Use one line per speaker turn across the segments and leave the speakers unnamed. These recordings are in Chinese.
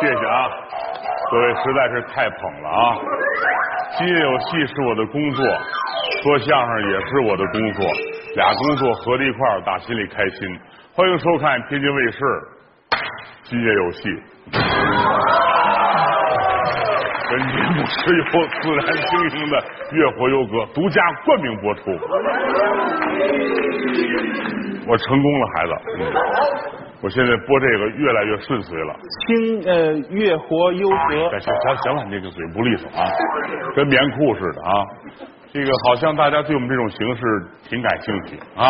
谢谢啊，各位实在是太捧了啊！今夜有戏是我的工作，说相声也是我的工作，俩工作合在一块儿，打心里开心。欢迎收看天津卫视《今夜有戏》，本节目是由自然经营的乐活优格独家冠名播出。我成功了，孩子，嗯，我现在播这个越来越顺遂了。
清呃乐活悠
哎，
和，
行行行了，你这个嘴不利索啊，跟棉裤似的啊。这个好像大家对我们这种形式挺感兴趣啊，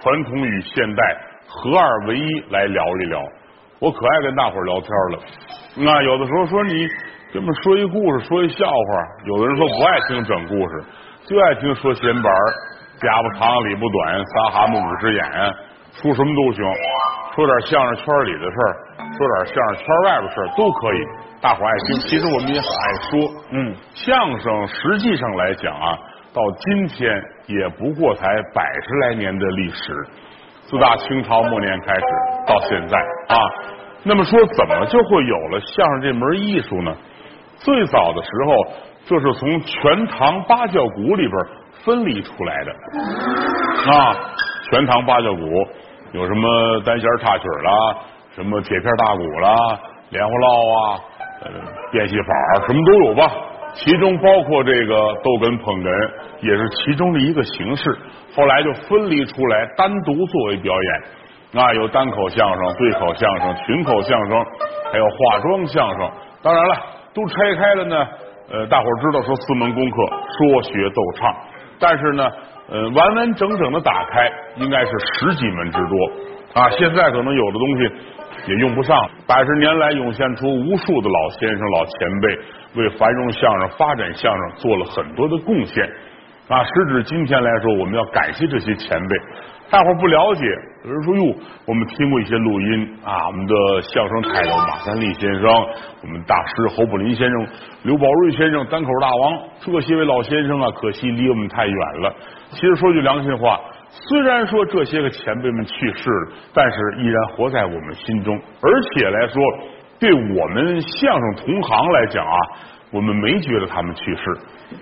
传统与现代合二为一来聊一聊。我可爱跟大伙儿聊天了，那有的时候说你这么说一故事，说一笑话，有的人说不爱听整故事，就爱听说闲白儿，家不长理不短，仨蛤蟆五只眼，说什么都行，说点相声圈里的事儿，说点相声圈外边事儿都可以，大伙儿爱听。其实我们也很爱说，
嗯，
相声实际上来讲啊，到今天也不过才百十来年的历史，自打清朝末年开始到现在啊。那么说，怎么就会有了相声这门艺术呢？最早的时候，这是从全唐八教鼓里边分离出来的。啊，全唐八角鼓有什么单弦插曲啦，什么铁片大鼓啦，莲花落啊，呃，变戏法儿什么都有吧。其中包括这个逗哏捧哏，也是其中的一个形式。后来就分离出来，单独作为表演。啊，有单口相声、对口相声、群口相声，还有化妆相声。当然了，都拆开了呢。呃，大伙儿知道说四门功课：说、学、逗、唱。但是呢，呃，完完整整的打开，应该是十几门之多啊。现在可能有的东西也呃用不上。啊百十年来涌现出无数的老先生、老前辈，为繁荣相声、发展相声做了很多的贡献啊。时至今天来说，我们要感谢这些前辈。大伙儿不了解，有人说哟，我们听过一些录音啊，我们的相声泰斗马三立先生，我们大师侯宝林先生、刘宝瑞先生、单口大王，这些位老先生啊，可惜离我们太远了。其实说句良心话，虽然说这些个前辈们去世了，但是依然活在我们心中，而且来说，对我们相声同行来讲啊，我们没觉得他们去世，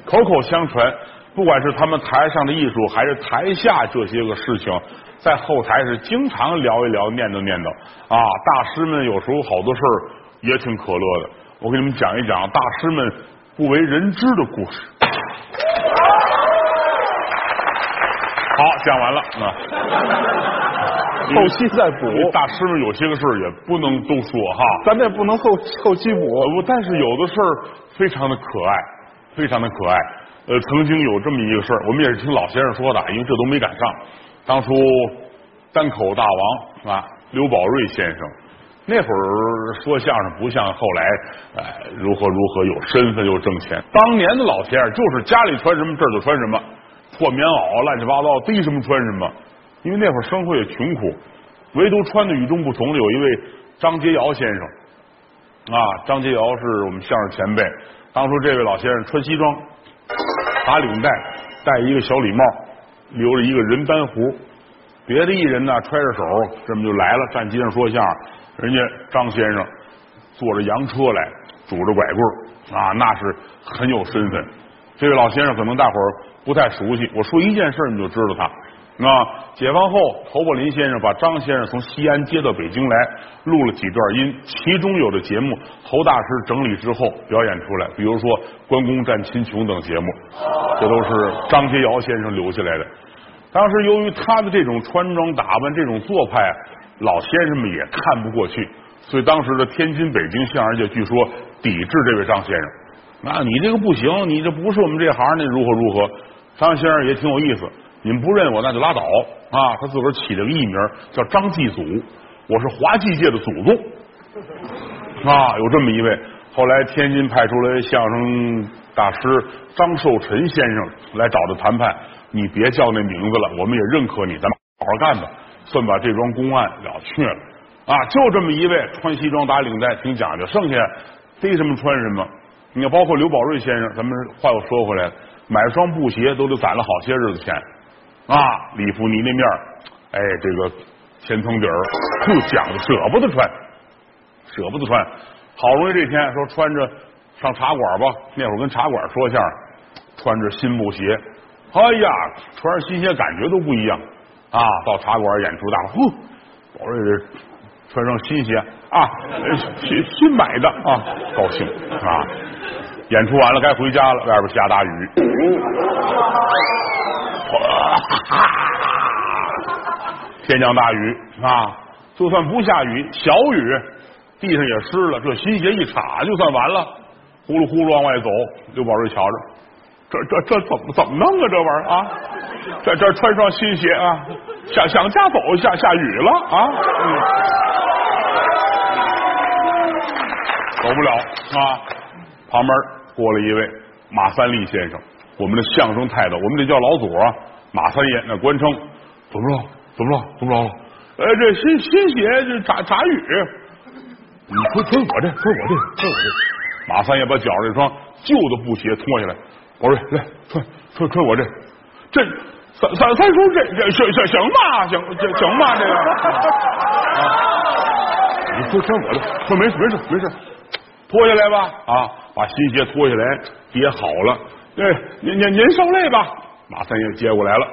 口口相传。不管是他们台上的艺术，还是台下这些个事情，在后台是经常聊一聊、念叨念叨啊。大师们有时候好多事儿也挺可乐的，我给你们讲一讲大师们不为人知的故事。好，讲完了啊。
后期再补，
因为大师们有些个事儿也不能都说哈。
咱这不能后后期补
呃，不，但是有的事儿非常的可爱，非常的可爱。呃，曾经有这么一个事儿，我们也是听老先生说的，因为这都没赶上。当初单口大王啊，刘宝瑞先生，那会儿说相声不像后来，哎，如何如何有身份又挣钱。当年的老先生就是家里穿什么这儿就穿什么，破棉袄乱七八糟，逮什么穿什么。因为那会儿生活也穷苦，唯独穿的与众不同的有一位张杰尧先生。啊，张杰尧是我们相声前辈。当初这位老先生穿西装，打领带，戴一个小礼帽，留着一个人斑胡。别的艺人呢，揣着手这么就来了，站街上说相声。人家张先生坐着洋车来，拄着拐棍儿啊，那是很有身份。这位老先生可能大伙儿不太熟悉，我说一件事儿你就知道他。啊，解放后，侯宝林先生把张先生从西安接到北京来，录了几段音，其中有的节目侯大师整理之后表演出来，比如说《关公战秦琼》等节目，这都是张杰尧先生留下来的。当时由于他的这种穿装打扮、这种做派啊，老先生们也看不过去，所以当时的天津、北京相声界据说抵制这位张先生。那你这个不行，你这不是我们这行的，如何如何？张先生也挺有意思，你们不认我那就拉倒啊！他自个儿起了个艺名叫张继祖，我是滑稽界的祖宗。啊，有这么一位。后来天津派出来相声大师张寿臣先生来找他谈判，你别叫那名字了，我们也认可你，咱们好好干吧，算把这桩公案了却了。啊，就这么一位，穿西装打领带，挺讲究，剩下逮什么穿什么。你看，包括刘宝瑞先生，咱们话又说回来了，买双布鞋都得攒了好些日子钱啊，里弗尼那面儿哎，这个前层底儿，又讲究，舍不得穿。舍不得穿。好容易这天说穿着上茶馆吧，那会儿跟茶馆说相声，穿着新布鞋，哎呀，穿上新鞋感觉都不一样啊！到茶馆演出大伙，呼，宝瑞这穿上新鞋啊，呃新新买的啊，高兴啊！演出完了该回家了，外边下大雨，天降大雨啊！就算不下雨，小雨，地上也湿了。这新鞋一插，就算完了。呼噜呼噜往外走，刘宝瑞瞧着，这这这怎么怎么弄啊？这玩意儿啊，在这儿穿双新鞋啊，想想家走，下下雨了啊，嗯、走不了啊。旁边过来一位马三立先生，我们的相声泰斗，我们得叫老祖啊，马三爷那官称，怎么了？怎么了？怎么了？呃，这新新鞋这打打雨，你推推我这，推我这，推我这。马三爷把脚上这双旧的布鞋脱下来，我说来推推推我这，这三三三叔这这行行行吧，行行行吧这个，啊、你推推我这，说没事没事没事，脱下来吧啊，把新鞋脱下来叠好了，哎您您您受累吧。马三爷接过来了。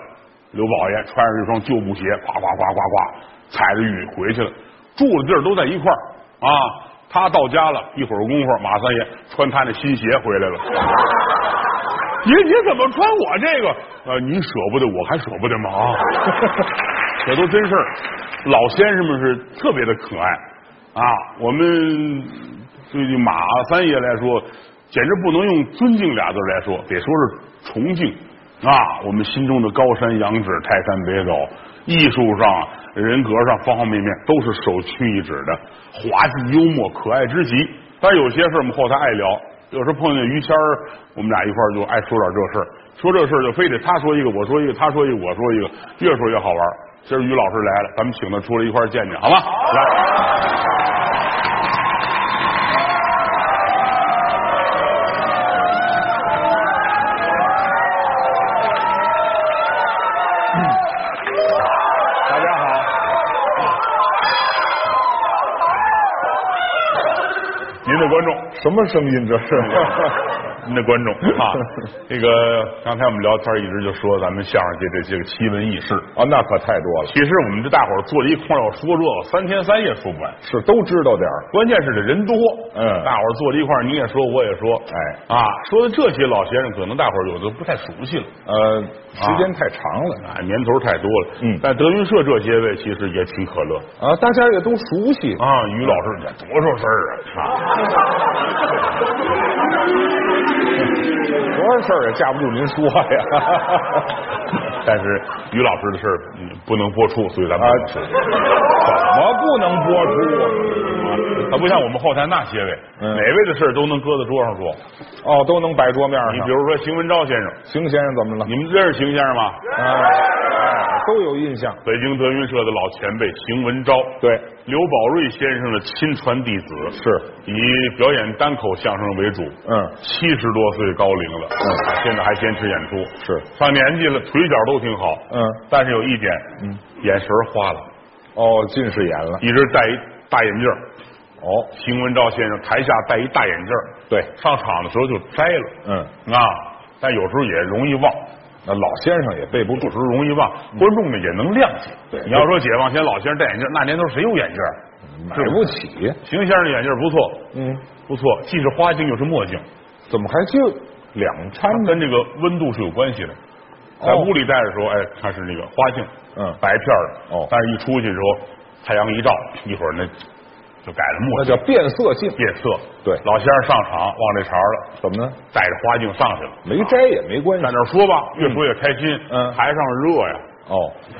刘宝爷穿上这双旧布鞋，哗哗哗哗哗，踩着雨回去了。住的地儿都在一块儿啊。他到家了，一会儿功夫，马三爷穿他那新鞋回来了。您您怎么穿我这个？呃，你舍不得，我还舍不得吗？啊， 这都真事儿。老先生们是特别的可爱啊。我们对于马三爷来说，简直不能用尊敬俩字来说，得说是崇敬。啊，我们心中的高山仰止，泰山北斗，艺术上、人格上方方面面都是首屈一指的，滑稽幽默，可爱之极。但有些事我们后台爱聊，有时候碰见于谦儿，我们俩一块儿就爱说点这事儿，说这事儿就非得他说一个，我说一个，他说一个，我说一个，越说越好玩儿。今儿于老师来了，咱们请他出来一块儿见见，好吗？来，大家好。您的观众。
什么声音这是？
您的观众啊，这个刚才我们聊天一直就说咱们相声界这些个奇闻异事，
啊，那可太多了，
其实我们这大伙儿坐在一块儿要说这个，三天三夜说不完。
是都知道点儿。
关键是这人多，
嗯
大伙儿坐在一块儿，你也说我也说，
哎
啊，说的这些老先生，可能大伙儿有的不太熟悉了。哎
呃，时间太长了
啊，年头太多了，
嗯
但德云社这些位其实也挺可乐
啊，大家也都熟悉。
啊。于老师这多少事儿啊，啊，
多少事儿也架不住您说呀。
但是于老师的事儿嗯不能播出，所以咱们
啊
不能说
我不能播出啊
他不像我们后台那些位，
嗯
哪位的事儿都能搁在桌上说。
哦，都能摆桌面
你
上
比。如说邢文昭先生，
邢先生怎么了？
你们认识邢先生吗？
啊，哎都有印象。
北京德云社的老前辈邢文昭，
对，
刘宝瑞先生的亲传弟子，
是，
以表演单口相声为主。
嗯，
七十多岁高龄了，
嗯
现在还坚持演出，
是
上年纪了，腿脚都挺好，
嗯
但是有一点，嗯，眼神花了，
哦，近视眼了。
一直戴一大眼镜儿
哦，
邢文昭先生台下戴一大眼镜儿
对，
上场的时候就摘了，
嗯，
啊，但有时候也容易忘，
那老先生也背不住
有。时候容易忘，观众呢也能谅解。
嗯对
你要说解放前老先生戴眼镜，那年头谁有眼镜儿？啊
嗯买
是
不起。
邢先生的眼镜不错，
嗯，
不错，既是花镜又是墨镜，
怎么还就两掺
它
呢？
啊跟这个温度是有关系的。在
哦
屋里戴的时候，哎，它是那个花镜，
嗯
白片儿的。
哦
但是一出去的时候，太阳一照，一会儿那就改了墨
那
镜，
叫变色镜。
变色。
对
老先生上场忘这茬儿了，
怎么呢？
带着花镜上去了，
没摘也没关
在
系。
那儿说吧，越说越开心。
嗯
台上热 呀，
哦，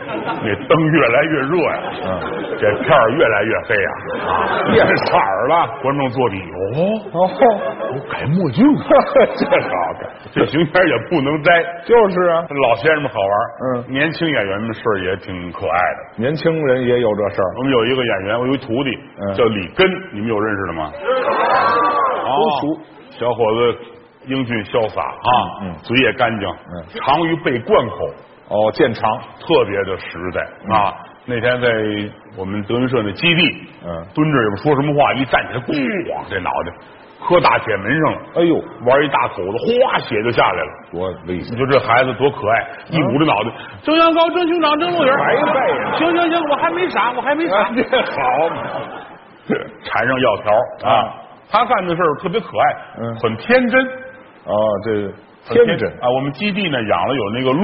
那灯越来越热呀，
嗯
这片儿越来越黑呀，啊
变色儿了。
观众坐底，哦，
哦，
改墨镜
啊 这好改，
这行片儿也不能摘。
就是啊，
老先生们好玩儿，
嗯
年轻演员们事儿也挺可爱的。
年轻人也有这事儿，
我们有一个演员，我有一徒弟、
嗯
叫李根，你们有认识的吗？
都熟
哦，小伙子英俊潇洒啊，
嗯嗯
嘴也干净，
嗯
长于背贯口，
哦，见长，
特别的实在啊。那天在我们德云社那基地，
嗯
蹲着也不说什么话，一站起来，咣，这脑袋磕大铁门上了，
哎呦，
玩一大口子，哗，血就下来了。
多危险
你！说这孩子多可爱，一捂着脑袋，蒸羊羔，蒸熊掌，蒸鹿尾儿，
白背了
行行行，我还没傻，我还没傻，
啊这好嘛
缠上药条
啊
啊。他干的事儿特别可爱，
嗯
很天真，
哦，这
很
天真
啊。我们基地呢养了有那个鹿，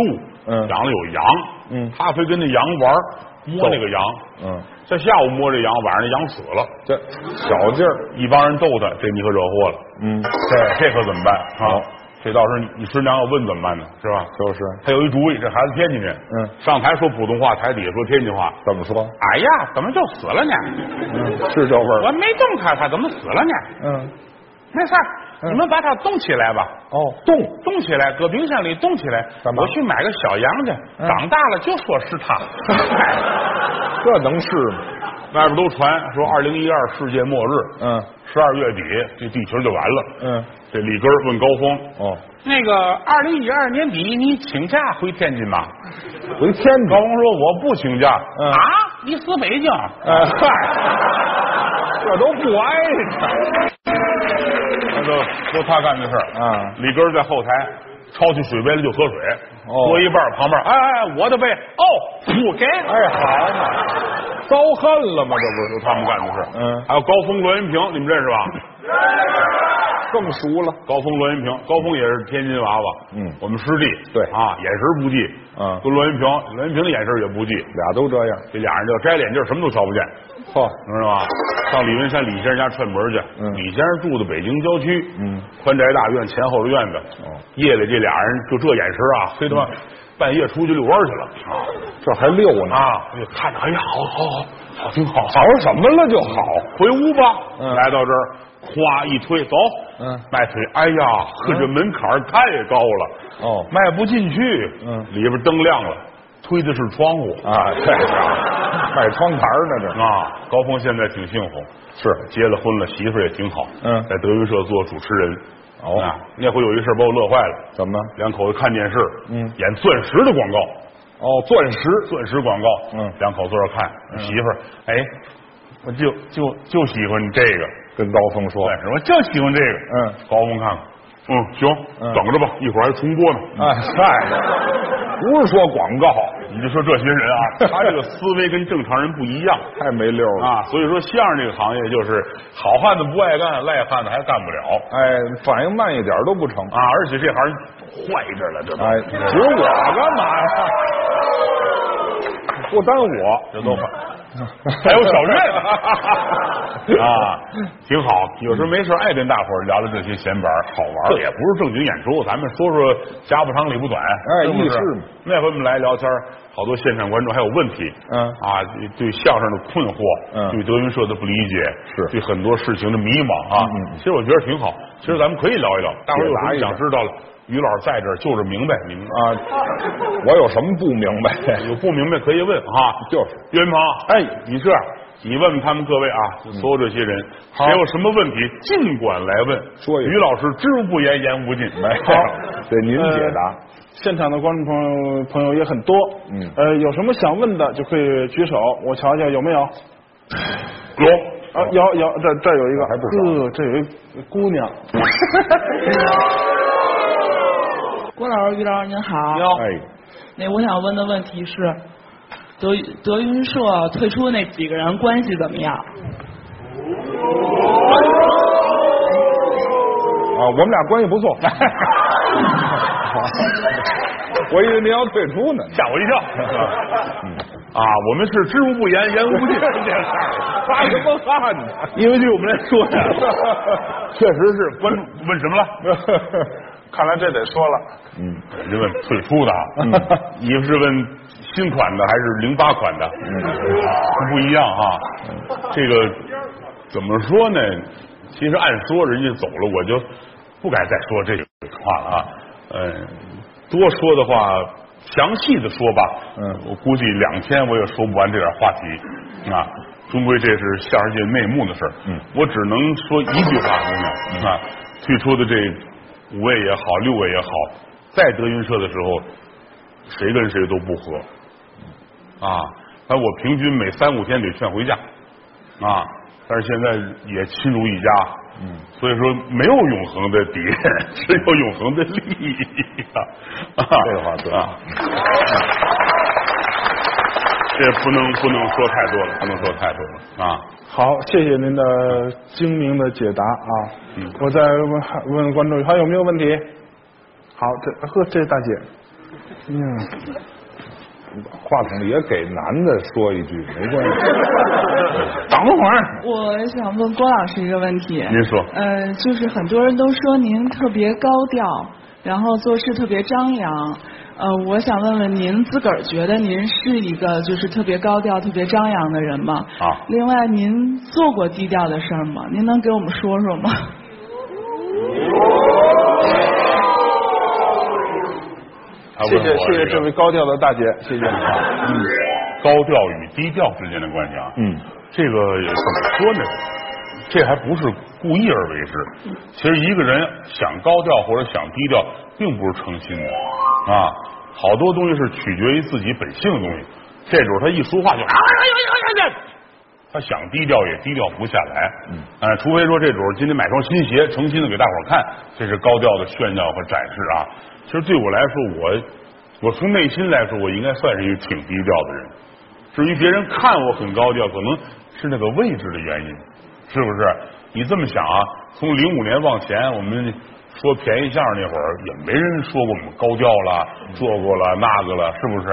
嗯
养了有羊，
嗯
他非跟那羊玩儿，摸
逗
那个羊，
嗯，
在下午摸这羊，晚上那羊死了，
这小劲儿，
一帮人逗他，这你可惹祸了，
嗯，
这这可怎么办
好
啊？这到时候你你师娘要问怎么办呢？是吧？
就是
他有一主意，这孩子天津人，
嗯
上台说普通话，台底下说天津话。
怎么说？
哎呀，怎么就死了呢？
嗯，是这味儿。
我没动他，他怎么死了呢？
嗯，
没事儿，你们把他冻起来吧，
哦，嗯动，
冻起来，搁冰箱里冻起来。
干嘛
我去买个小羊去，
嗯
长大了就说是 他。
这能是吗？
外边都传说二零一二世界末日，
嗯
十二月底这地球就完了。
嗯，
这李根儿问高峰
哦，：“
那个二零一二年底你请假回天津吗？”
回天
高
津，
峰说：“我不请假。
嗯
啊，你死北京。
哎嗨， 这都不挨着
那就说他干的事儿。
啊
李根儿在后台抄起水杯来就喝水，
哦
喝一半儿，旁边儿哎哎哎我的杯哦，不给。
哎，好嘛，遭恨了吗？这
就他们干的事儿。
嗯
还有高峰、栾云平，你们认识吧？
不是更熟了？
高峰、栾云平，高峰也是天津娃娃，
嗯
我们师弟，
对
啊，眼神不济，
嗯
跟栾云平，栾云平的眼神也不济，
俩都这样，
这俩人就摘眼镜，什么都瞧不见，
嚯、
你知道吗？上李文山李先生家串门去，
嗯
李先生住的北京郊区，
嗯，
宽宅大院前后的院子，
哦嗯
夜里这俩人就这眼神啊，非他妈半夜出去遛弯儿去了
哦
啊
这还溜呢，
啊！我就看着，哎呀，好好好，好挺好，
好什么了就好？
回屋吧。
嗯
来到这儿，咵一推，走。
嗯
迈腿，哎呀，呵，这门槛儿太高了，
哦
迈不进去。
嗯
里边灯亮了，推的是窗户
啊，对啊，卖窗台呢这
啊。高峰现在挺幸福，
是
结了婚了，媳妇儿也挺好。
嗯
在德云社做主持人。
哦
啊，那回有一事把我乐坏了，
怎么？
两口子看电视，
嗯
演钻石的广告，
哦，钻石，
钻石广告，
嗯
两口子在这儿看，媳妇儿，哎，我就就就喜欢你这个。
跟高峰说，
钻石，我就喜欢这个。
哦嗯
高峰看看，嗯，行，
嗯
等着吧，一会儿还重播呢。
哎嗨，不是说广告，
你就说这些人啊，他这个思维跟正常人不一样
太没溜了。
啊，所以说相声这个行业就是好汉子不爱干，赖汉子还干不了
哎，反应慢一点都不成。
啊，而且这行坏着了，这都
哎，指我干嘛呀？不耽我，
这都坏。还有小 任啊，挺好。有时候没事爱跟大伙儿聊聊这些闲玩儿好玩儿这也不是正经演出，咱们说说家不长里不短。
哎
是不
意
是
识嘛
那回我们来聊天儿，好多现场观众还有问题。
嗯
啊，对相声的困惑，
嗯
对德云社的不理解，
是
对很多事情的迷茫啊。
嗯嗯
其实我觉得挺好。其实咱们可以聊一聊，大伙儿有什
解答
么
一
想
下
知道了，于老师在这儿就是明白，你们
啊，我有什么不明 白？
有不明白可以问啊。
就是，
岳云鹏，
哎，
你这样，你问问他们各位啊，就所有这些人，谁有什么问题尽管来问。
说一
于
说
老师知无不言，言无尽。哎
没
好，
有，得您解
呃
答。
现场的观众朋友朋友也很多，
嗯
呃，有什么想问的就可以举手，我瞧瞧有没有。啊，
有
有有，这这有一个，
还不
呃，这有一姑娘，
郭老师、于老师您好。
有
哎，
那我想问的问题是，德德云社退出那几个人关系怎么样？
啊，我们俩关系不 错。我以为您要退出呢。
吓我一跳。啊，我们是知无不言，言无不尽。
发什么汗呢？
因为对我们来说呀， 确实是关注问什么了？看来这得说了。
嗯，
人家问退出的啊，
嗯
一个是问新款的还是零八款的，
嗯
不一样啊。这个怎么说呢？其实按说人家走了，我就不该再说这个话了啊。嗯，多说的话，详细的说吧。
嗯
我估计两天我也说不完这点话题啊。终归这是相声界内幕的事儿。
嗯
我只能说一句话，姑娘啊，退出的这五位也好，六位也好，在德云社的时候，谁跟谁都不和啊。但我平均每三五天得劝回家，啊，但是现在也亲如一家，嗯，所以说没有永恒的敌人，只有永恒的利益啊，啊
这话对
啊，这不能不能说太多了，不能说太多了啊。
好，谢谢您的精明的解答啊！
嗯
我再问问观众还有没有问题？好，这呵，这大姐，嗯，
话筒也给男的说一句，没关 系。等会 儿，
我想问郭老师一个问题。
您说
呃，就是很多人都说您特别高调，然后做事特别张扬。呃，我想问问您自个儿觉得您是一个就是特别高调、特别张扬的人吗？
啊
另外，您做过低调的事儿吗？您能给我们说说吗？
他问
谢
我
谢谢谢
这
这
个
位高调的大姐，谢谢。
高调与低调之间的关系啊，
嗯，
这个也怎么说呢？这还不是故意而为之。其实一个人想高调或者想低调，并不是诚心的啊。好多东西是取决于自己本性的东西。这主他一说话就，啊哎他想低调也低调不下来。嗯，呃，除非说这主今天买双新鞋，诚心的给大伙儿看，这是高调的炫耀和展示啊。其实对我来说，我我从内心来说，我应该算是一个挺低调的人。至于别人看我很高调，可能是那个位置的原因，是不是？你这么想啊？从零五年往前，我们说便宜相声那会儿，也没人说过我们高调了、做过了、那个了，是不是？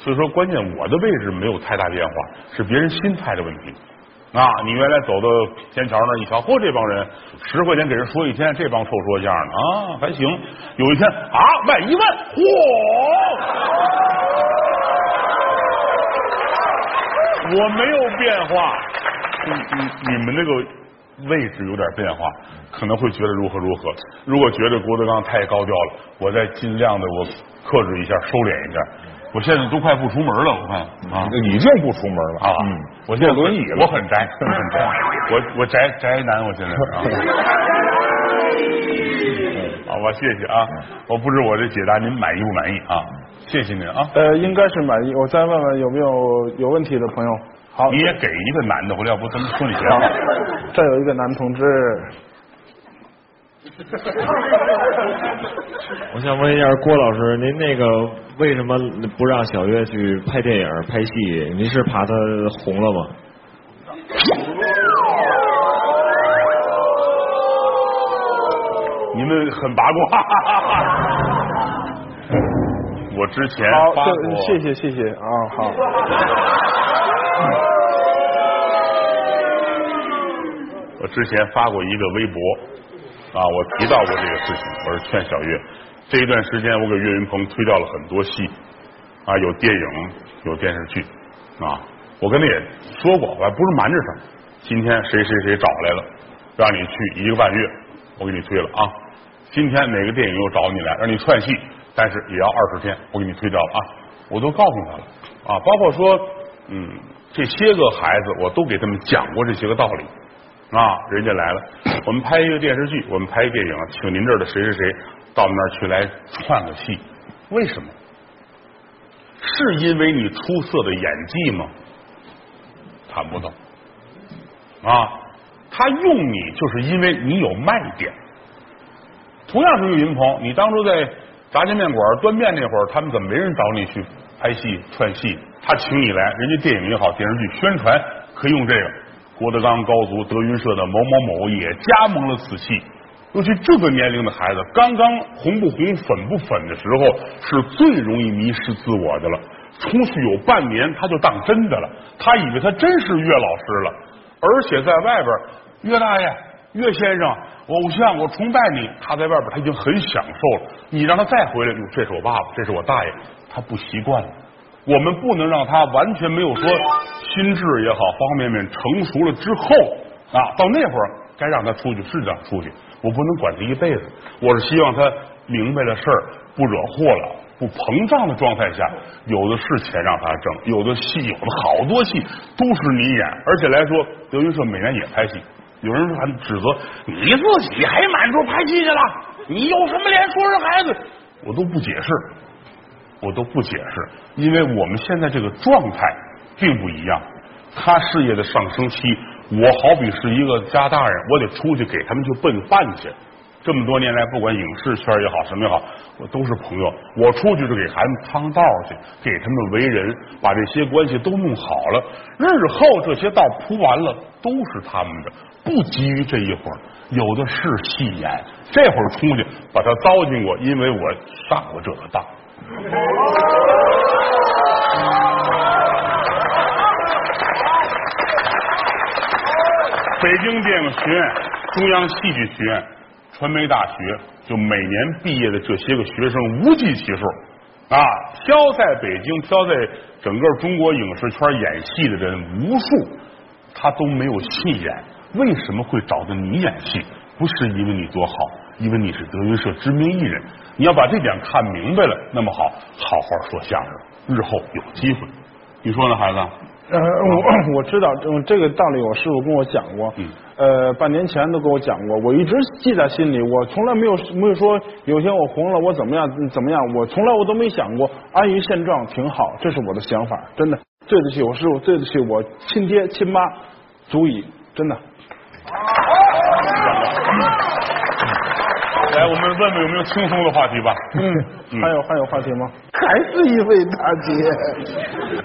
所以说，关键我的位置没有太大变化，是别人心态的问题。啊，你原来走到天桥那儿一瞧，嚯，这帮人十块钱给人说一天，这帮臭说相声的啊，还行。有一天啊，卖一万，嚯！我没有变化，你你你们那个位置有点变化，可能会觉得如何如何。如果觉得郭德纲太高调了，我再尽量的我克制一下，收敛一下。我现在都快不出门了，我看啊
已经不出门了
啊
嗯，
我现在
坐轮椅
我
了
很宅，我很宅，我我宅宅男，我现在是啊。好吧，谢谢啊！
嗯
我不知我这解答您满意不满意啊？谢谢您啊！
呃，应该是满意。我再问问有没有有问题的朋友？好，
你也给一个男的，我要不咱们说你行？
好， 这有一个男同志，
我想问一下郭老师，您那个为什么不让小岳去拍电影、拍戏？您是怕他红了吗？
你们很八卦。 我之前
好，
哎发
这
过，
谢谢谢谢啊，好，
我之前发过一个微博，啊，我提到过这个事情，我是劝小岳。这一段时间，我给岳云鹏推掉了很多戏，啊，有电影，有电视剧，啊，我跟他也说过，我还不是瞒着他。今天谁谁谁找来了，让你去一个半月，我给你推了啊。今天哪个电影又找你来，让你串戏，但是也要二十天，我给你推掉了啊。我都告诉他了啊，包括说，嗯，这些个孩子，我都给他们讲过这些个道理。啊，人家来了，我们拍一个电视剧，我们拍一个电影，请您这儿的谁谁谁到我们那儿去来串个戏，为什么？是因为你出色的演技吗？谈不到。啊，他用你就是因为你有卖点。同样是岳云鹏，你当初在炸酱面馆端面那会儿，他们怎么没人找你去拍戏串戏？他请你来，人家电影也好，电视剧宣传可以用这个。郭德纲、高足、德云社的某某某也加盟了此戏。尤其这个年龄的孩子，刚刚红不红、粉不粉的时候，是最容易迷失自我的了。出去有半年，他就当真的了，他以为他真是岳老师了，而且在外边儿，岳大爷、岳先生，我偶像，我崇拜你。他在外边儿他已经很享受了，你让他再回来，哟，这是我爸爸，这是我大爷，他不习惯了。我们不能让他完全没有说心智也好，方方面面成熟了之后啊，到那会儿该让他出去是让他出去，我不能管他一辈子。我是希望他明白了事儿，不惹祸了，不膨胀的状态下，有的是钱让他挣，有的戏，有的好多戏都是你演，而且来说，德云社每年也拍戏。有人还指责你自己还满处拍戏去了，你有什么脸说人孩子？我都不解释，我都不解释，因为我们现在这个状态并不一样。他事业的上升期，我好比是一个家大人，我得出去给他们去奔饭去。这么多年来，不管影视圈也好，什么也好，我都是朋友。我出去是给孩子趟道去，给他们为人，把这些关系都弄好了。日后这些道铺完了，都是他们的，不急于这一会儿。有的是戏演，这会儿出去把他糟践过，因为我上过这个当。北京电影学院、中央戏剧学院、传媒大学，就每年毕业的这些个学生无计其数啊！飘在北京、飘在整个中国影视圈演戏的人无数，他都没有戏演。为什么会找到你演戏？不是因为你多好，因为你是德云社知名艺人。你要把这点看明白了，那么好，好好说相声，日后有机会。你说呢，孩子？
呃， 我我知道嗯这个道理，我师傅跟我讲过，
嗯
呃，半年前都跟我讲过，我一直记在心里，我从来没有没有说有一天我红了，我怎么样嗯怎么样，我从来我都没想过，安于现状挺好，这是我的想法，真的，对得起我师傅，对得起我亲爹亲妈，足以，真的，
来，哎我们问问有没有轻松的话题吧。嗯
还有还有话题吗？
还是一位大姐。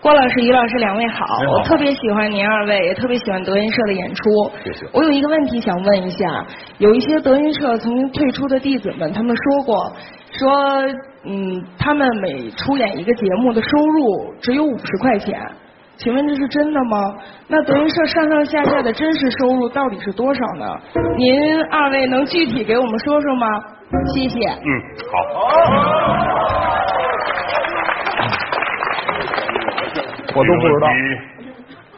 郭老师、于老师两位好，
你好
我特别喜欢您二位，也特别喜欢德云社的演出。
谢谢
我有一个问题想问一下，有一些德云社曾经退出的弟子们，他们说过，说嗯，他们每出演一个节目的收入只有五十块钱，请问这是真的吗？那德云社上上下下的真实收入到底是多少呢？您二位能具体给我们说说吗？谢谢。
嗯，好。
我都不知
这个
道。
问题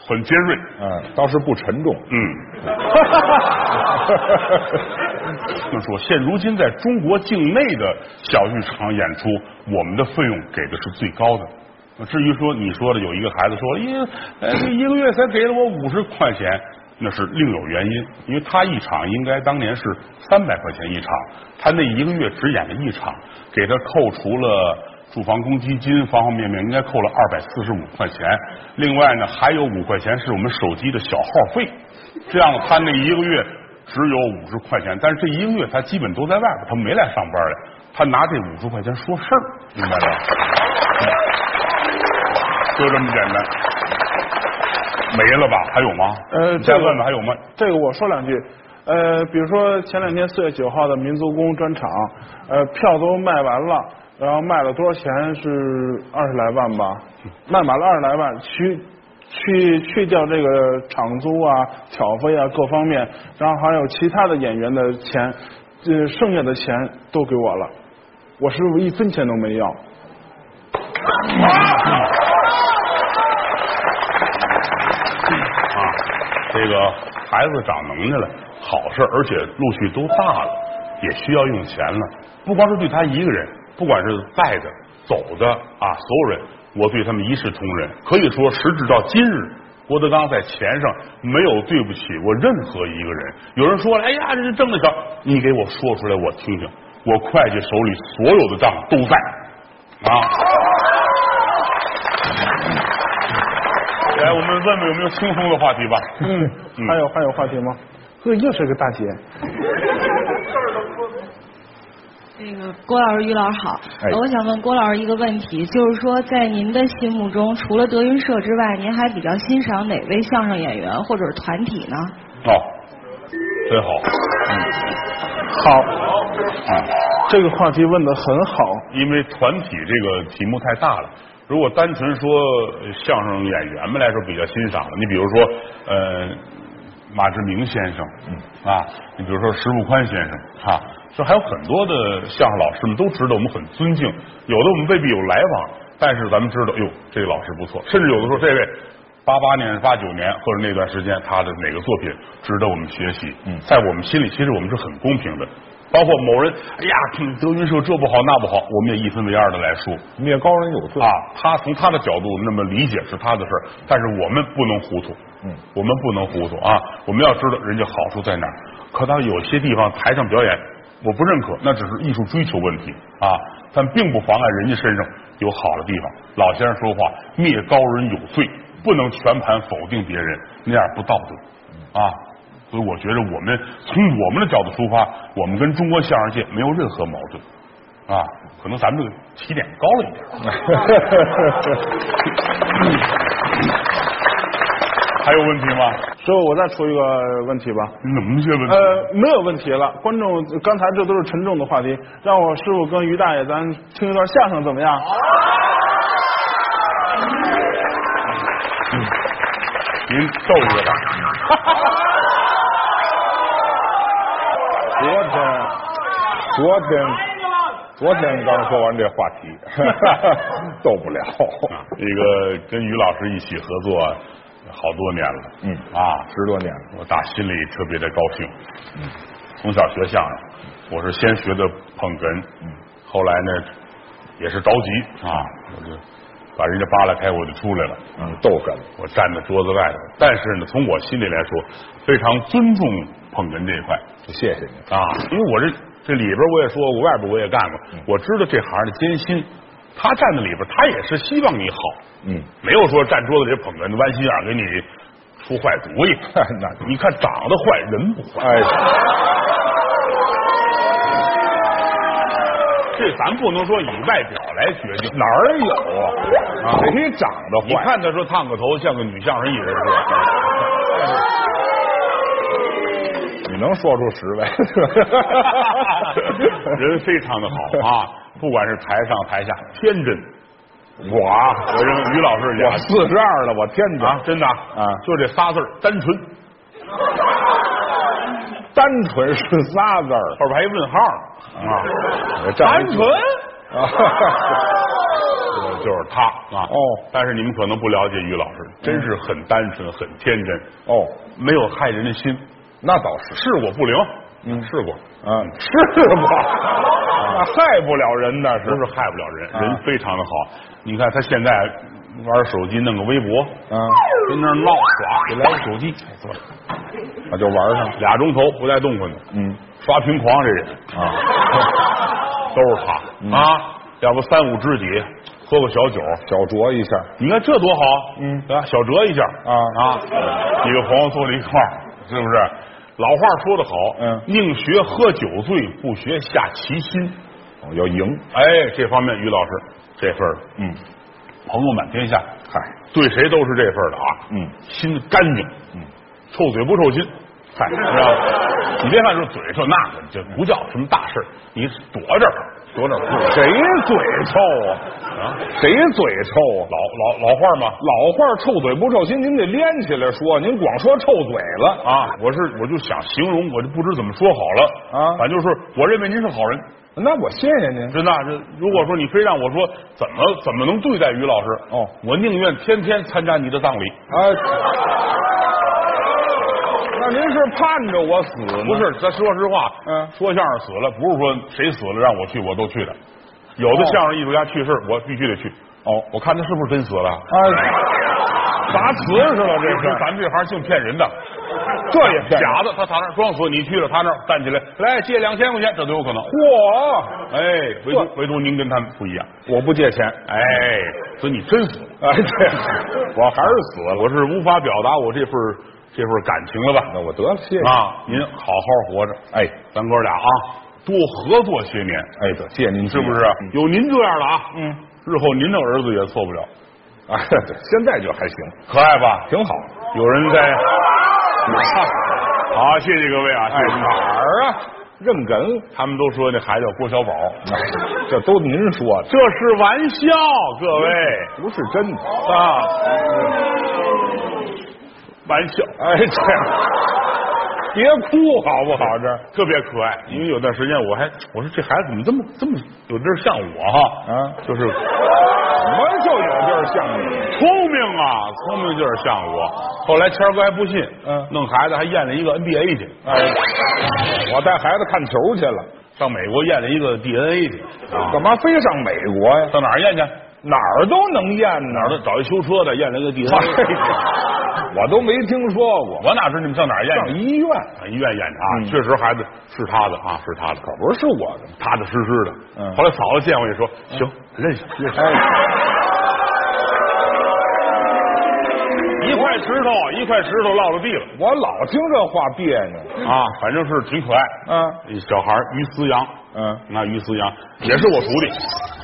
很尖锐。
嗯，倒是不沉重。
嗯，就说现如今在中国境内的小剧场演出，我们的费用给的是最高的。至于说你说的有一个孩子说，一呃一个月才给了我五十块钱，那是另有原因，因为他一场应该当年是三百块钱一场，他那一个月只演了一场，给他扣除了住房公积金方方面面，应该扣了二百四十五块钱。另外呢，还有五块钱是我们手机的小号费，这样他那一个月只有五十块钱，但是这一个月他基本都在外边，他没来上班来，他拿这五十块钱说事儿，明白吗？就这么简单，没了吧？还有吗？
呃
你再
这个
问问还有吗？
这个我说两句。呃，比如说前两天四月九号的民族宫专场，呃，票都卖完了，然后卖了多少钱是二十来万吧，卖满了二十来万，去去去掉这个场租啊、挑费啊各方面，然后还有其他的演员的钱，呃，剩下的钱都给我了，我师傅一分钱都没要。
啊，这个孩子长能耐了，好事儿，而且陆续都大了，也需要用钱了。不光是对他一个人，不管是在的、走的啊，所有人，我对他们一视同仁。可以说，时至到今日，郭德纲在钱上没有对不起过任何一个人。有人说了，哎呀，这是挣的少，你给我说出来，我听听。我会计手里所有的账都在啊。来，我们问问有没有轻松的话题吧。
嗯， 还有还有话题吗？呵， 又是个大姐。
那个郭老师、于老师好，
哎
呃我想问郭老师一个问题，就是说在您的心目中，除了德云社之外，您还比较欣赏哪位相声演员或者是团体呢？
哦，真好，嗯
好，这个话题问的很好。
因为团体这个题目太大了。如果单纯说呃相声演员们来说比较欣赏的，你比如说呃马志明先生，啊，你比如说石富宽先生，哈、这还有很多的相声老师们都值得我们很尊敬，有的我们未必有来往，但是咱们知道，哟，这个老师不错，甚至有的说这位八八年、八九年或者那段时间他的哪个作品值得我们学习。嗯，在我们心里，其实我们是很公平的。包括某人，哎呀，嗯德云社这不好那不好，我们也一分为二的来说
灭高人有罪
啊。他从他的角度那么理解是他的事儿，但是我们不能糊涂，
嗯，
我们不能糊涂啊。我们要知道人家好处在哪儿。可到有些地方台上表演，我不认可，那只是艺术追求问题啊，但并不妨碍人家身上有好的地方。老先生说话，灭高人有罪，不能全盘否定别人，那样不道德啊。所以我觉得我们从我们的角度出发，我们跟中国相声界没有任何矛盾啊。可能咱们这个起点高了一点。还有问题吗？
所以我再出一个问题吧。
那么些问题？
呃，没有问题了。观众，刚才这都是沉重的话题，让我师傅跟于大爷咱听一段相声怎么样？
您逗一个吧。
昨天，昨天，昨天刚说完这话 题， 逗不了。
啊这个跟于老师一起合作好多年了，
嗯
啊，
十多年了，
我打心里特别的高兴。
嗯
从小学相声，我是先学的捧哏，
嗯
后来呢也是着急啊，我就把人家扒拉开，我就出来了。
嗯，逗哏，
我站在桌子外头，但是呢，从我心里来说，非常尊重捧哏这一块
谢谢你。
啊，因为我这这里边我也说过，外边我也干过，我知道这行的艰辛。他站在里边，他也是希望你好，
嗯，
没有说站桌子里捧哏弯心眼儿给你出坏主意。
那
你看长得坏，人不坏，
哎，
这咱不能说以外表来决定。
哪儿有啊？
啊
谁长得
你
坏？
看他说烫个头像个女相声艺人似 的，
你能说出十 来？
人非常的好啊，不管是台上台下，天真。
我啊，
我认为于老师
我
也
四十二了，我天津
啊，真的啊
啊，
就这仨字儿单纯，
单纯是仨字儿
后边还一问号呢啊，
我站不住啊，
就是他啊。
哦
但是你们可能不了解于老师，真是很单纯，很天真，
哦，
没有害人的心。
那倒是，
试过不灵，嗯，试过，
嗯，是吧？那害不了人呢，
啊不
是
是害不了人，
啊
人非常的好。你看他现在玩手机，弄个微博，
嗯，
跟那儿闹耍，给来个手机，
那就玩上了，
俩钟头不带动弹的，
嗯
刷屏狂这人啊，都是他、啊，要不三五知己，喝个小酒，
小酌一下，
你看这多好，
嗯
啊，小酌一下
啊
啊，几个朋友坐在一块儿，是不是？老话说得好，
嗯
宁学喝酒醉，不学下棋心。
哦要赢，
哎，这方面于老师这份儿
嗯，
朋友满天下，
嗨，
对谁都是这份儿的啊，
嗯，
心干净，
嗯，
臭嘴不臭心，嗨，是吧？你别看说嘴臭那个，这不叫什么大事儿你躲着躲着不
谁嘴臭啊？
啊，
谁嘴臭啊？
老老老话嘛
老话臭嘴不臭心，您得连起来说，您光说臭嘴了，
啊，我是我就想形容，我就不知怎么说好了
啊
反正就是我认为您是好人，
那我谢谢您。
真的。啊这如果说你非让我说怎么怎么能对待于老师，
哦
我宁愿天天参加你的葬礼，
啊，
哎
那您是盼着我死呢？
不，是，咱说实话，
嗯
说相声死了，不是说谁死了让我去，我都去的。有的
哦
相声艺术家去世，我必须得去。
哦
我看他是不是真死了？
啊，砸瓷实了，这
是咱
是，
们这行净骗人的，
这也骗人
假的。他躺那儿装死，你去了，他那儿站起来，来借两千块钱，这都有可能。
嚯，
哎，唯独唯独您跟他们不一样。
我不借钱，
哎，所以你真死了。
哎，这我还是死了，
我是无法表达我这份儿这份儿感情了吧？
那我得了，谢谢，
啊，您好好活着，
哎
咱哥俩啊，多合作些年。
哎，得谢谢您，
是不是？啊有您这样的啊，嗯，日后您的儿子也错不了，
啊， 对，现在就还行，
可爱吧？
挺好。
有人 在，啊好，谢谢各位啊，谢
哎，
谢您
哪
啊。
儿啊？认哏，
他们都说那孩子叫郭小宝，
哎 这都您说的，
这是玩笑，各位
不是真的。
啊，玩笑，
哎，这 别哭好不好？这
特别可爱。因为有段时间我还我说这孩子怎么这么这么有点像我哈，
啊
就是
什么就有地儿像你？
聪明啊，聪明就是像我。后来谦儿哥还不信，
嗯啊
弄孩子还验了一个 NBA 去。
哎，我带孩子看球去了，
上美国验了一个 DNA 去，
啊
啊
干嘛非上美国呀？
到哪儿验去？
哪儿都能验哪
哪儿都找一修车的验了一个
哎
DNA，
我都没听说 过。
我哪知你们上哪儿验去？
上医院
啊医院验他，确实孩子是他的啊，是他的，可
嗯不是我的，
踏踏实实的。
嗯哎
后来嫂子见我也说，行，认识， 一块石头，一块石头落到地了
我老听这话别扭。
啊，反正是挺可爱。
嗯
一小孩儿于思阳，
嗯，
那于思阳也是我徒弟，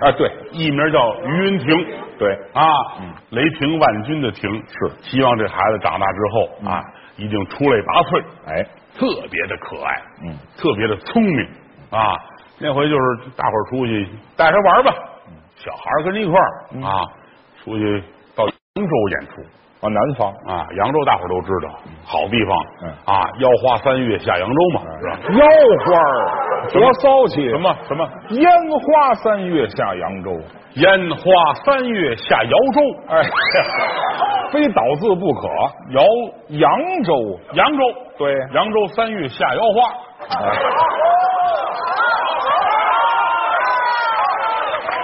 啊，对
艺名叫于云亭。
对，
啊，
嗯
雷霆万钧的霆是，希望这孩子长大之后啊，一定出类拔萃，
嗯哎，
特别的可爱，
嗯，
特别的聪明啊。那回就是大伙儿出去带他玩儿吧，
嗯
小孩儿跟着一块儿啊，出去到扬州演出，
啊，南方
啊，扬州大伙儿都知道，好地方。
嗯
啊，腰花三月下扬州嘛，是吧？
腰花儿多骚气，
什么什么
烟花三月下扬州，
烟花三月下扬州，
哎， 非倒字不可，
摇
扬州，
扬州，
对
扬州三月下摇花。
啊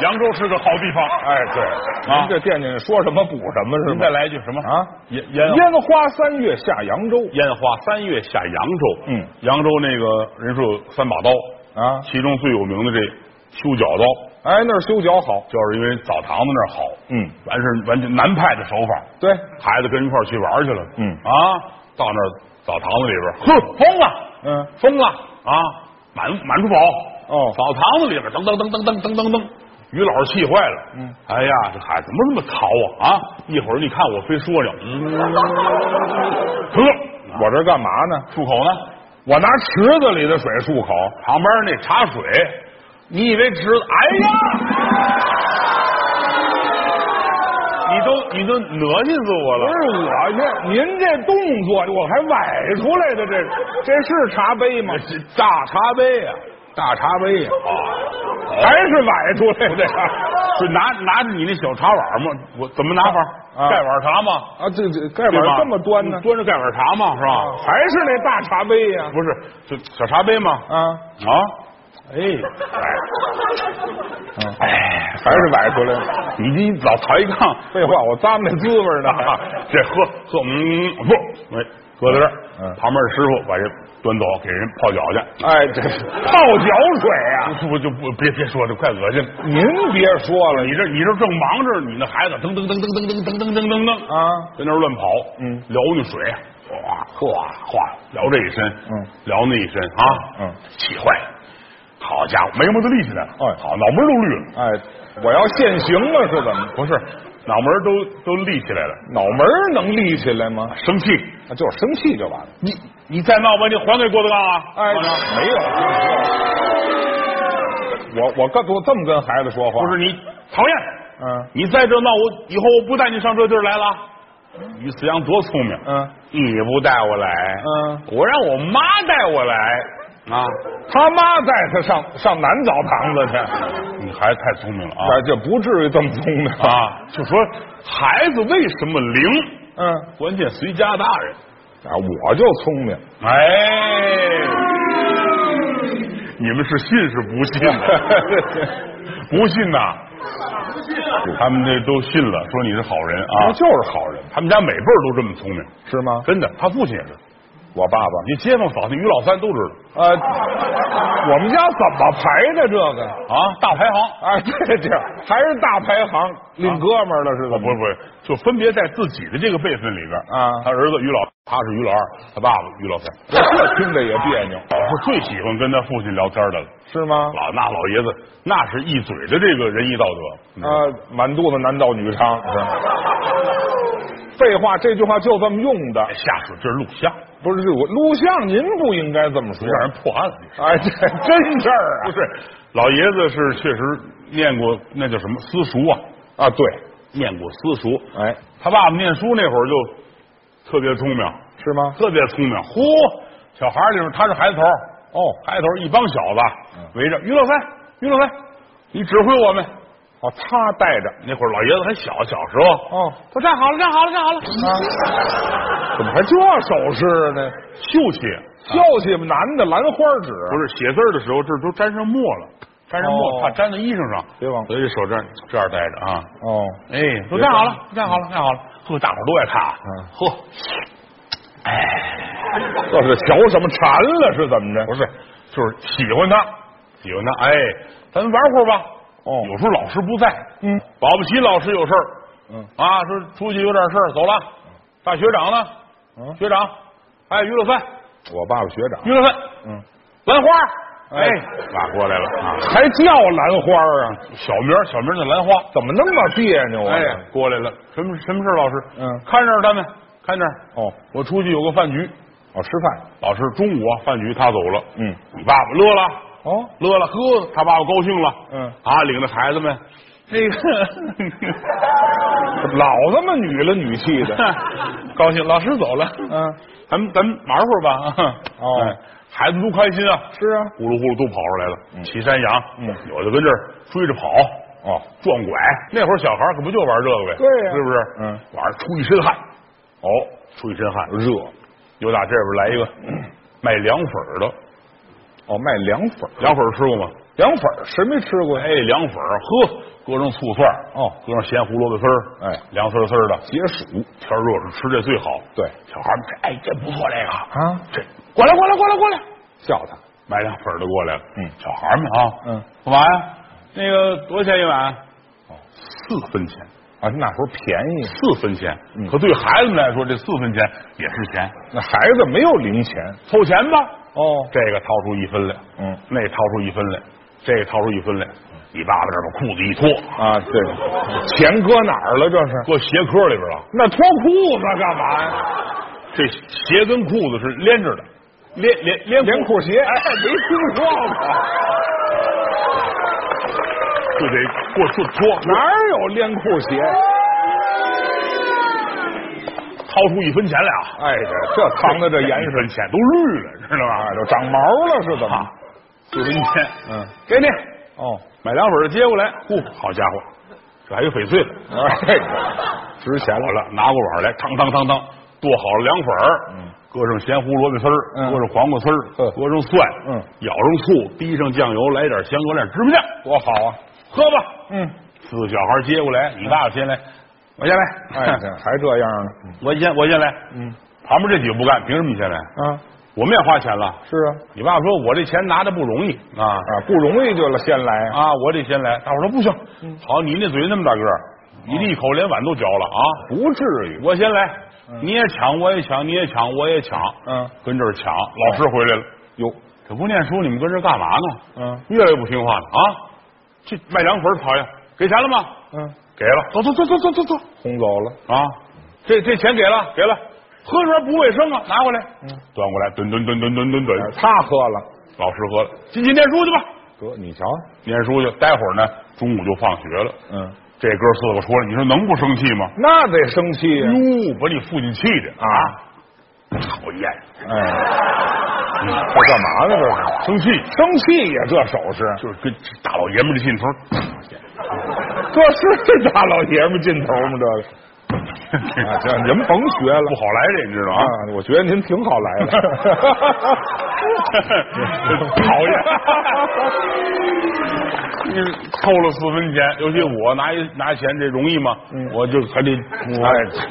扬州是个好地方，
哎，对，
啊
您这惦记说什么补什么是
您
吗？
再来一句什么
啊？
烟烟
烟花三月下扬州
烟花三月下扬州，
嗯，
扬州那个人说有三把刀，
啊，
其中最有名的这修脚刀，
哎，那儿修脚好，
就是因为澡堂子那儿好，
嗯，
完事儿完全南派的手法，
对，
孩子跟人一块儿去玩儿去了，
嗯
啊，到那儿澡堂子里边儿，哼，疯了，
嗯，
疯了啊，满满处跑，
哦
澡堂子里边儿噔噔噔噔噔噔噔噔，于老师气坏了，
嗯，
哎呀，这孩子怎么那么淘啊啊！一会儿你看我非说你， 呵，
我这干嘛呢？
漱口呢，
我拿池子里的水漱口，
旁边那茶水，你以为池子？哎呀！ 你都哦你都恶心死我了！
不是我去，您这动作我还崴出来的，这这是茶杯吗？大茶杯呀、大茶杯呀、还是崴出来的呀？
就拿拿着你那小茶碗嘛，我怎么拿法？
啊
盖碗茶嘛，
啊，这这盖
对吧
碗这么端啊呢
你？端着盖碗茶嘛，是吧？
还是那大茶杯呀、
不是，就小茶杯嘛。
啊，
啊，
哎，哎，还是崴出来了。
你这老抬杠，
废话，我咂摸那滋味呢。
啊 这喝喝，嗯，不，哎，搁在这儿。
嗯
旁边的师傅把这端走，给人泡脚去。
哎，这是泡脚水啊呀、
不就不别别说，这快恶心了。
您别说了，
你这你这正忙着，你那孩子噔噔噔噔噔噔噔噔噔噔噔
啊，
在那儿乱跑，
嗯
撩那水，哗哗哗，撩这一身，
嗯，
撩那一身啊，
嗯，
气坏了，好家伙，眉毛都立起来了，
哎
好，脑门都绿了，
哎，我要现行了是怎么？
不是，脑门都都立起来了，
脑门儿能立起来吗？
生气，
啊就是生气就完了。
你你再闹吧，你还给郭德纲啊，
哎，
郭德纲
没有。我我跟我这么跟孩子说话，
不是你讨厌，
嗯
你再这闹，我以后我不带你上这地儿来了。于思阳多聪明，
嗯
你不带我来，
嗯，
我让我妈带我来啊！
他妈带他上上男澡堂子去，
啊你孩子太聪明了啊！
哎，这不至于这么聪明啊。
啊，就说孩子为什么灵，
嗯，
关键随家大人。
啊，我就聪
啊
明，
哎，你们是信是不信 呢？不信呐、他们这都信了，说你是好人啊
我。就是好人，
他们家每辈儿都这么聪明，
是吗？
真的。他父亲也是，
我爸爸，
你街坊扫地，于老三都知道
呃，我们家怎么排的这个？
啊。大排行
啊，这这还是大排行，领哥们儿了是
啊，
吧？
不是不是，就分别在自己的这个辈分里边儿
啊
他儿子于老，他是于老二，他爸爸于老三。
我 这听着也别扭，
我是最喜欢跟他父亲聊天的了，
是吗？
老那老爷子那是一嘴的这个仁义道德。嗯
啊，满肚子男盗女娼是吧。废话，这句话就这么用的，
下属这是录像，
不是我录像，您不应该这么
这。
说
让人破案了。
哎，这真事儿
不
啊！
是，老爷子是确实念过那叫什么私塾啊，
啊，对，
念过私塾。
哎，
他爸爸念书那会儿就特别聪明，
是吗？
特别聪明。呼，小孩儿里边他是孩子头儿，
哦，
孩子头儿一帮小
嗯
子围着于老三，于老三，你指挥我们。
哦，他带着
那会儿老爷子还小，小时候
哦，啊
都站好了，站好了，站好了，
怎么还这手势呢？
秀气。
消息男的兰花指，
不是写字儿的时候，这都沾上墨了，沾上墨
哦
怕沾到衣裳上，
别往
所以这手这样这样待着啊。
哦，
哎，都站好了，站好了，站好了。呵，大伙儿都爱看啊
嗯，
呵，哎，这是瞧什么馋了是怎么着？不是，就是喜欢他，喜欢他，哎，咱玩会儿吧。哦，有时候老师不在，嗯，保不齐老师有事儿，嗯啊，说出去有点事儿，走了。大学长呢？嗯，学长，哎，于老三，
我爸爸学长
于老三，嗯，兰花，哎，
打过来了啊，
还叫兰花啊？小名小名叫兰花，
怎么那么别扭啊
哎，过来了，什么什么事儿老师？
嗯
看这儿，他们看这儿。
哦，
我出去有个饭局，
哦，吃饭
老师中午啊，饭局他走了，
嗯，
你爸爸乐了，
哦，
乐了，呵，他爸爸高兴了，
嗯
啊，领着孩子们， 这个
老这么女了女 气的，
高兴，老师走了，
嗯，
咱们咱们玩会儿吧，
哦
哎孩子都开心啊，
是啊，
呼噜呼噜都跑出来了，骑山羊，
嗯
有的跟这儿追着跑。
哦，
撞拐，那会儿小孩儿可不就玩这个呗？
对呀
是不是？
嗯，
晚上出一身汗，哦，出一身汗，热。又打这边来一个嗯卖凉粉儿的，
哦，卖凉粉儿，
凉粉儿吃过吗？
凉粉儿谁没吃过呀？
哎，凉粉儿，呵，搁上醋蒜儿
哦
搁上咸胡萝卜丝儿，
哎
凉丝儿丝儿的，
解暑
天儿热时吃这最好。
对
小孩儿们，哎，这不错，这个
啊，
这过来，过来，过来，过来，
叫他
买凉粉儿的过来了。
嗯
小孩儿们啊，
嗯，
干嘛呀？
哎
那个多少钱一碗？
哦，
四分钱，
啊，那时候便宜，
四分钱。
嗯
可对孩子们来说，这四分钱也是钱，
那孩子没有零钱
凑钱吧。
哦，
这个掏出一分来，
嗯，
那个掏出一分来，这个掏出一分来。你爸爸这儿把裤子一脱，
啊，对，钱搁哪儿了？这是
搁鞋壳里边了。
那脱裤子干嘛呀？
这鞋跟裤子是连着的，连连连
连裤鞋，哎，没听说过，
就得过去脱，
哪儿有连裤鞋？
哎掏出一分钱来啊！
哎，这这藏的这严
一
实，
分钱都绿了，知道啊
哎，
吗？
都长毛了是怎么？
四分钱，
嗯，
给你
哦，
买凉粉儿接过来，呼，哦好家伙，这还有翡翠呢，
嗯哎，值钱
好
了，
了，拿过碗来，当当当当，剁好了凉粉儿，
嗯，
搁上咸胡萝卜丝儿，
嗯
搁上黄瓜丝儿，
呵
搁上蒜，
嗯，
舀上醋，滴上酱油，来点香油，来点芝麻酱，
多好啊！
喝吧。
嗯，
四个小孩接过来，你爸爸先来，我先来，
哎，这还这样呢？
我先我先来，
嗯
旁边这几个不干，凭什么你先来？
啊，
我们也花钱了。
是啊，
你爸爸说我这钱拿着不容易啊
啊，不容易就了，先来啊，
啊，我得先来。大伙儿说不行，好，你那嘴那么大个儿，你这一口连碗都嚼了啊，
不至于。
我先来，你也抢，我也抢，你也抢，我也抢，
嗯，
跟这儿抢。老师回来了，
哟，
这不念书，你们跟这儿干嘛呢？
嗯
越来越不听话了啊！这卖凉粉儿讨厌，给钱了吗？
嗯，
给了，走走走走走走走
轰走了，
啊！这这钱给了，给了，喝水不卫生啊，拿过来，端过来，蹲蹲蹲蹲蹲蹲蹲
哎，他喝了，
老师喝了，进去念书去吧，
得你瞧，
念书去。待会儿呢，中午就放学了。
嗯，
这哥四个出来，你说能不生气吗？
那得生气呀，
哟，把你父亲气的嗯啊！讨厌，
哎，这干嘛呢？这
生气，
是生气呀，这手势，
就是跟大老爷们儿的劲头。
这是大老爷们劲头吗？这个，哎这您甭学了
不好来这，你知道
啊
啊？，
我觉得您挺好来 的，
讨厌。你扣了四分钱，尤其我拿一拿钱，这容易吗？
嗯
我就还得
哎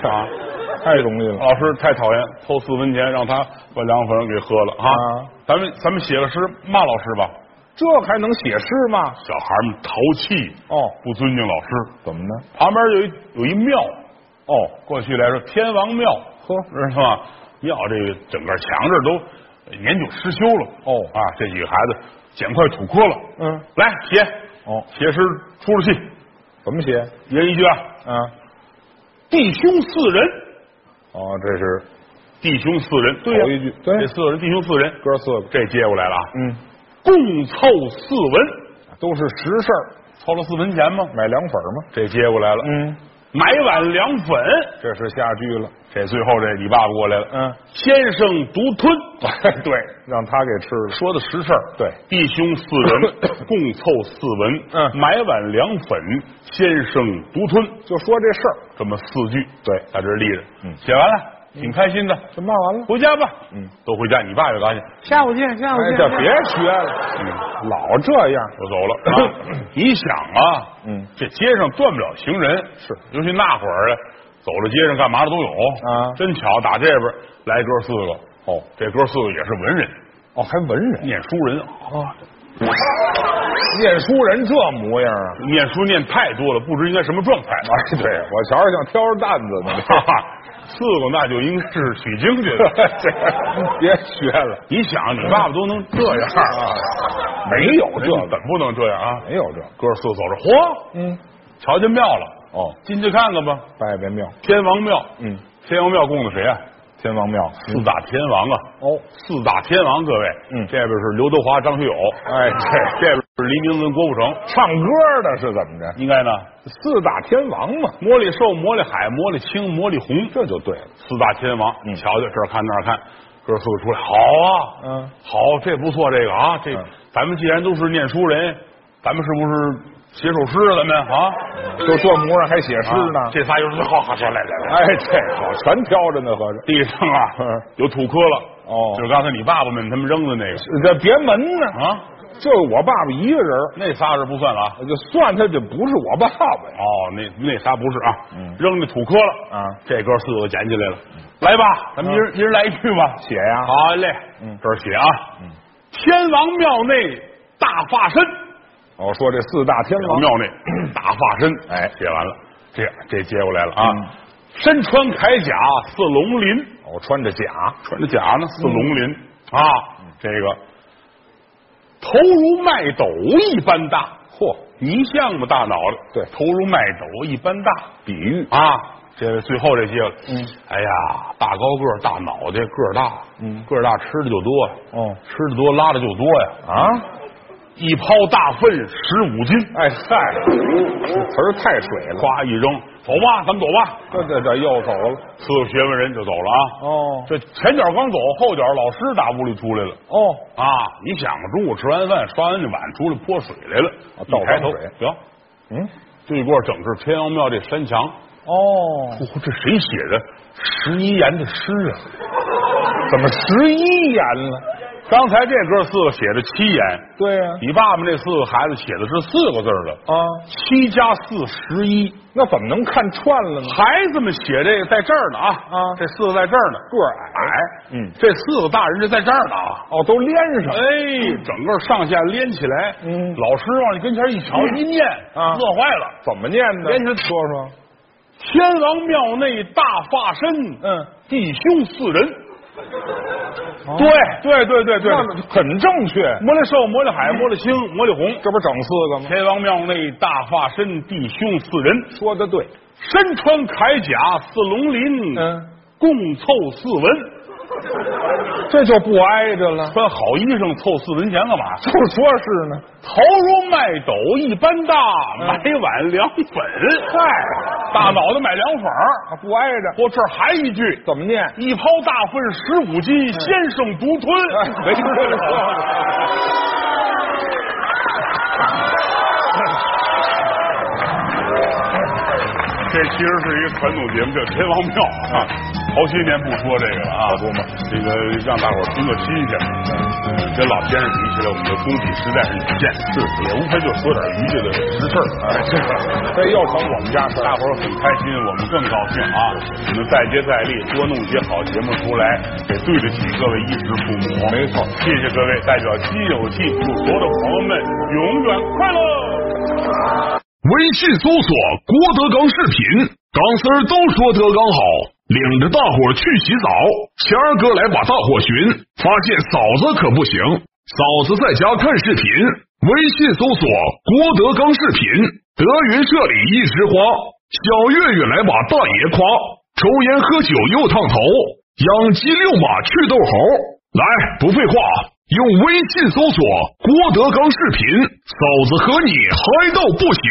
啊！
太容易了。
老师太讨厌，扣四分钱让他把凉粉给喝了啊！
啊
咱们咱们写个诗骂老师吧，
这还能写诗吗？
小孩们淘气
哦
不尊敬老师。
怎么呢？
旁边有一有一庙，
哦，
过去来说天王庙，
呵
知道吗？庙这个整个墙这儿都呃年久失修了。
哦
啊，这几个孩子捡块土坷了。
嗯，
来写
哦
写诗出出气，
怎么写？
一人一句啊。
啊，
弟兄四人，
哦，这是
弟兄四人，对
头
呀、
一句对
这四个人，弟兄四人，
哥四个，
这接过来了啊。
嗯，
共凑四文，
都是实事儿，
凑了四文钱吗？
买凉粉儿吗？
这接过来了，
嗯，
买碗凉粉。
这是下句了。
这最后这你爸爸过来了，
嗯，
先生独 吞，对，
让他给吃了。
说的实事儿，
对
弟兄四 人共凑四文，
嗯
买碗凉粉，先生独吞，
就说这事儿，
这么四句，
对
在这儿立着，
嗯
写完了，挺开心的，
就骂完了。
回家吧，
嗯，
都回家，你爸也高兴，嗯下午见，下午
哎，这别学了，老这样。
我走了， 啊你想啊，
嗯
这街上断不了行人，
是，
尤其那会儿啊走到街上干嘛的都有
啊
真巧，打这边来哥四个，哦，这哥四个也是文人，
哦，还文人，
念书人，
啊，念书人这模样啊！
念书念太多了，不知应该什么状态。
哎，对我瞧着像挑着担子呢，
哈哈， 四个那就应该是取经去了。
这别学了，
你想，你爸爸都能这样啊？
没有这
人
个
怎，么不能这样啊？
没有这个，
哥四走着，嚯，
嗯，
瞧见庙了，
哦，
进去看看吧。
拜拜庙，
天王庙，
嗯，
天王庙供的谁啊？
天王庙，
四大天王啊，
哦，
四大天王，各位，
嗯
这边是刘德华、张学友，
哎，
这这边是黎明跟郭富城，
唱歌的是怎么着？
应该呢，
四大天王嘛，
魔力寿、魔力海、魔力青、魔力红，
这就对了。
四大天王，
嗯
瞧瞧这儿看那儿看，哥四个出来，好啊，
嗯，
好，这不错，这个啊，这、
嗯
咱们既然都是念书人，咱们是不是写首诗啊？咱们啊，
就这模样还写诗呢
啊？这仨人说好好说，来来来，
哎，这好，全挑着呢，合着。
地上啊
嗯
有土坷了，
哦
就是刚才你爸爸们他们扔的那个
这别门呢，
啊，
就我爸爸一个人儿，
那仨是不算了啊。
就算他这不是我爸爸呀。
哦，那那仨不是啊，
嗯
扔那土坷了
啊
这哥四个捡起来了，来吧，咱们一人、一人来一句吧，
嗯写呀
好嘞，
嗯
这儿写啊，天王庙内大发身，
哦，说这四大天王，
庙 内大发身，
哎
写完了，这这接过来了啊，
嗯
身穿铠甲似龙鳞，
哦，穿着甲，
穿着甲呢似龙
嗯
鳞、啊，这个头如麦斗一般大，嚯，泥像嘛大脑袋，
对
头如麦斗一般大，
比喻
啊，这最后这些了。
嗯，
哎呀，大高个儿大脑袋，个儿大，
嗯
个儿大吃的就多呀，
哦
吃的多拉的就多呀，
啊，
一抛大粪十五斤，
哎嗨，这词儿太水了，
夸一扔，走吧，咱们走吧。
这这这又走了。
四个学问人就走了啊。
哦
这前脚刚走，后脚老师打屋里出来了。
哦，
啊，你想吧，中午吃完饭，刷完那碗出来泼水来了，
啊倒
一抬头
脏水，
行，
嗯，
对过整治天王庙这山墙，
哦，
哦，这谁写的十一言的诗啊？
怎么十一言了？
刚才这哥四个写的七言，
对呀，
你爸爸那四个孩子写的是四个字儿的，
啊，
七加四十一。
那怎么能看串了呢？
孩子们写这个在这儿呢啊
啊哎
这四个在这儿呢，
个儿矮，
嗯，这四个大人就在这儿呢啊。
哦，都连上了。
哎，整个上下连起来，
嗯
老师往你跟前一瞧，一念
啊
乐坏了。
怎么念的？
连起来
说说。
天王庙内大发身，
嗯，
弟兄四人。
哦
对对对对对，
那很正确。
魔力寿、魔力海、魔力星、魔力红，
这不整四个吗？
天王庙内大发身，弟兄四人。
说的对，
身穿铠甲似龙鳞，
嗯，
共凑四文，
这就不挨着了。
穿好衣裳凑四文钱干嘛？
就说是呢，
头如麦斗一般大，
嗯
买碗凉粉，嗨，大脑袋买凉粉儿。
啊，不挨着，
我这儿还一句，
怎么念？嗯
一抛大粪十五斤，先生独吞。
哎没听说
这其实是一个传统节目，叫《天王庙》啊。好些年不说这个了啊，不嘛，这个让大伙儿听个新鲜。嗯，跟老先生比起来，我们的功底实在是有限，是也无非就说点余地的实事儿。哎，这个
这又成我们家事
大
儿。
伙儿很开心，我们更高兴啊！我们再接再厉，多弄些好节目出来，得对得起各位衣食父母。
没错
谢谢各位，代表亲友气，祝所有的朋友们永远快乐。
微信搜索“郭德纲视频”，钢丝儿都说德纲好，领着大伙儿去洗澡。谦儿哥来把大伙寻，发现嫂子可不行，嫂子在家看视频。微信搜索“郭德纲视频”，德云社里一枝花，小岳岳来把大爷夸，抽烟喝酒又烫头，养鸡遛马去逗猴。来，
哎
不废话。用微信搜索“郭德纲视频”，嫂子和你嗨到不行。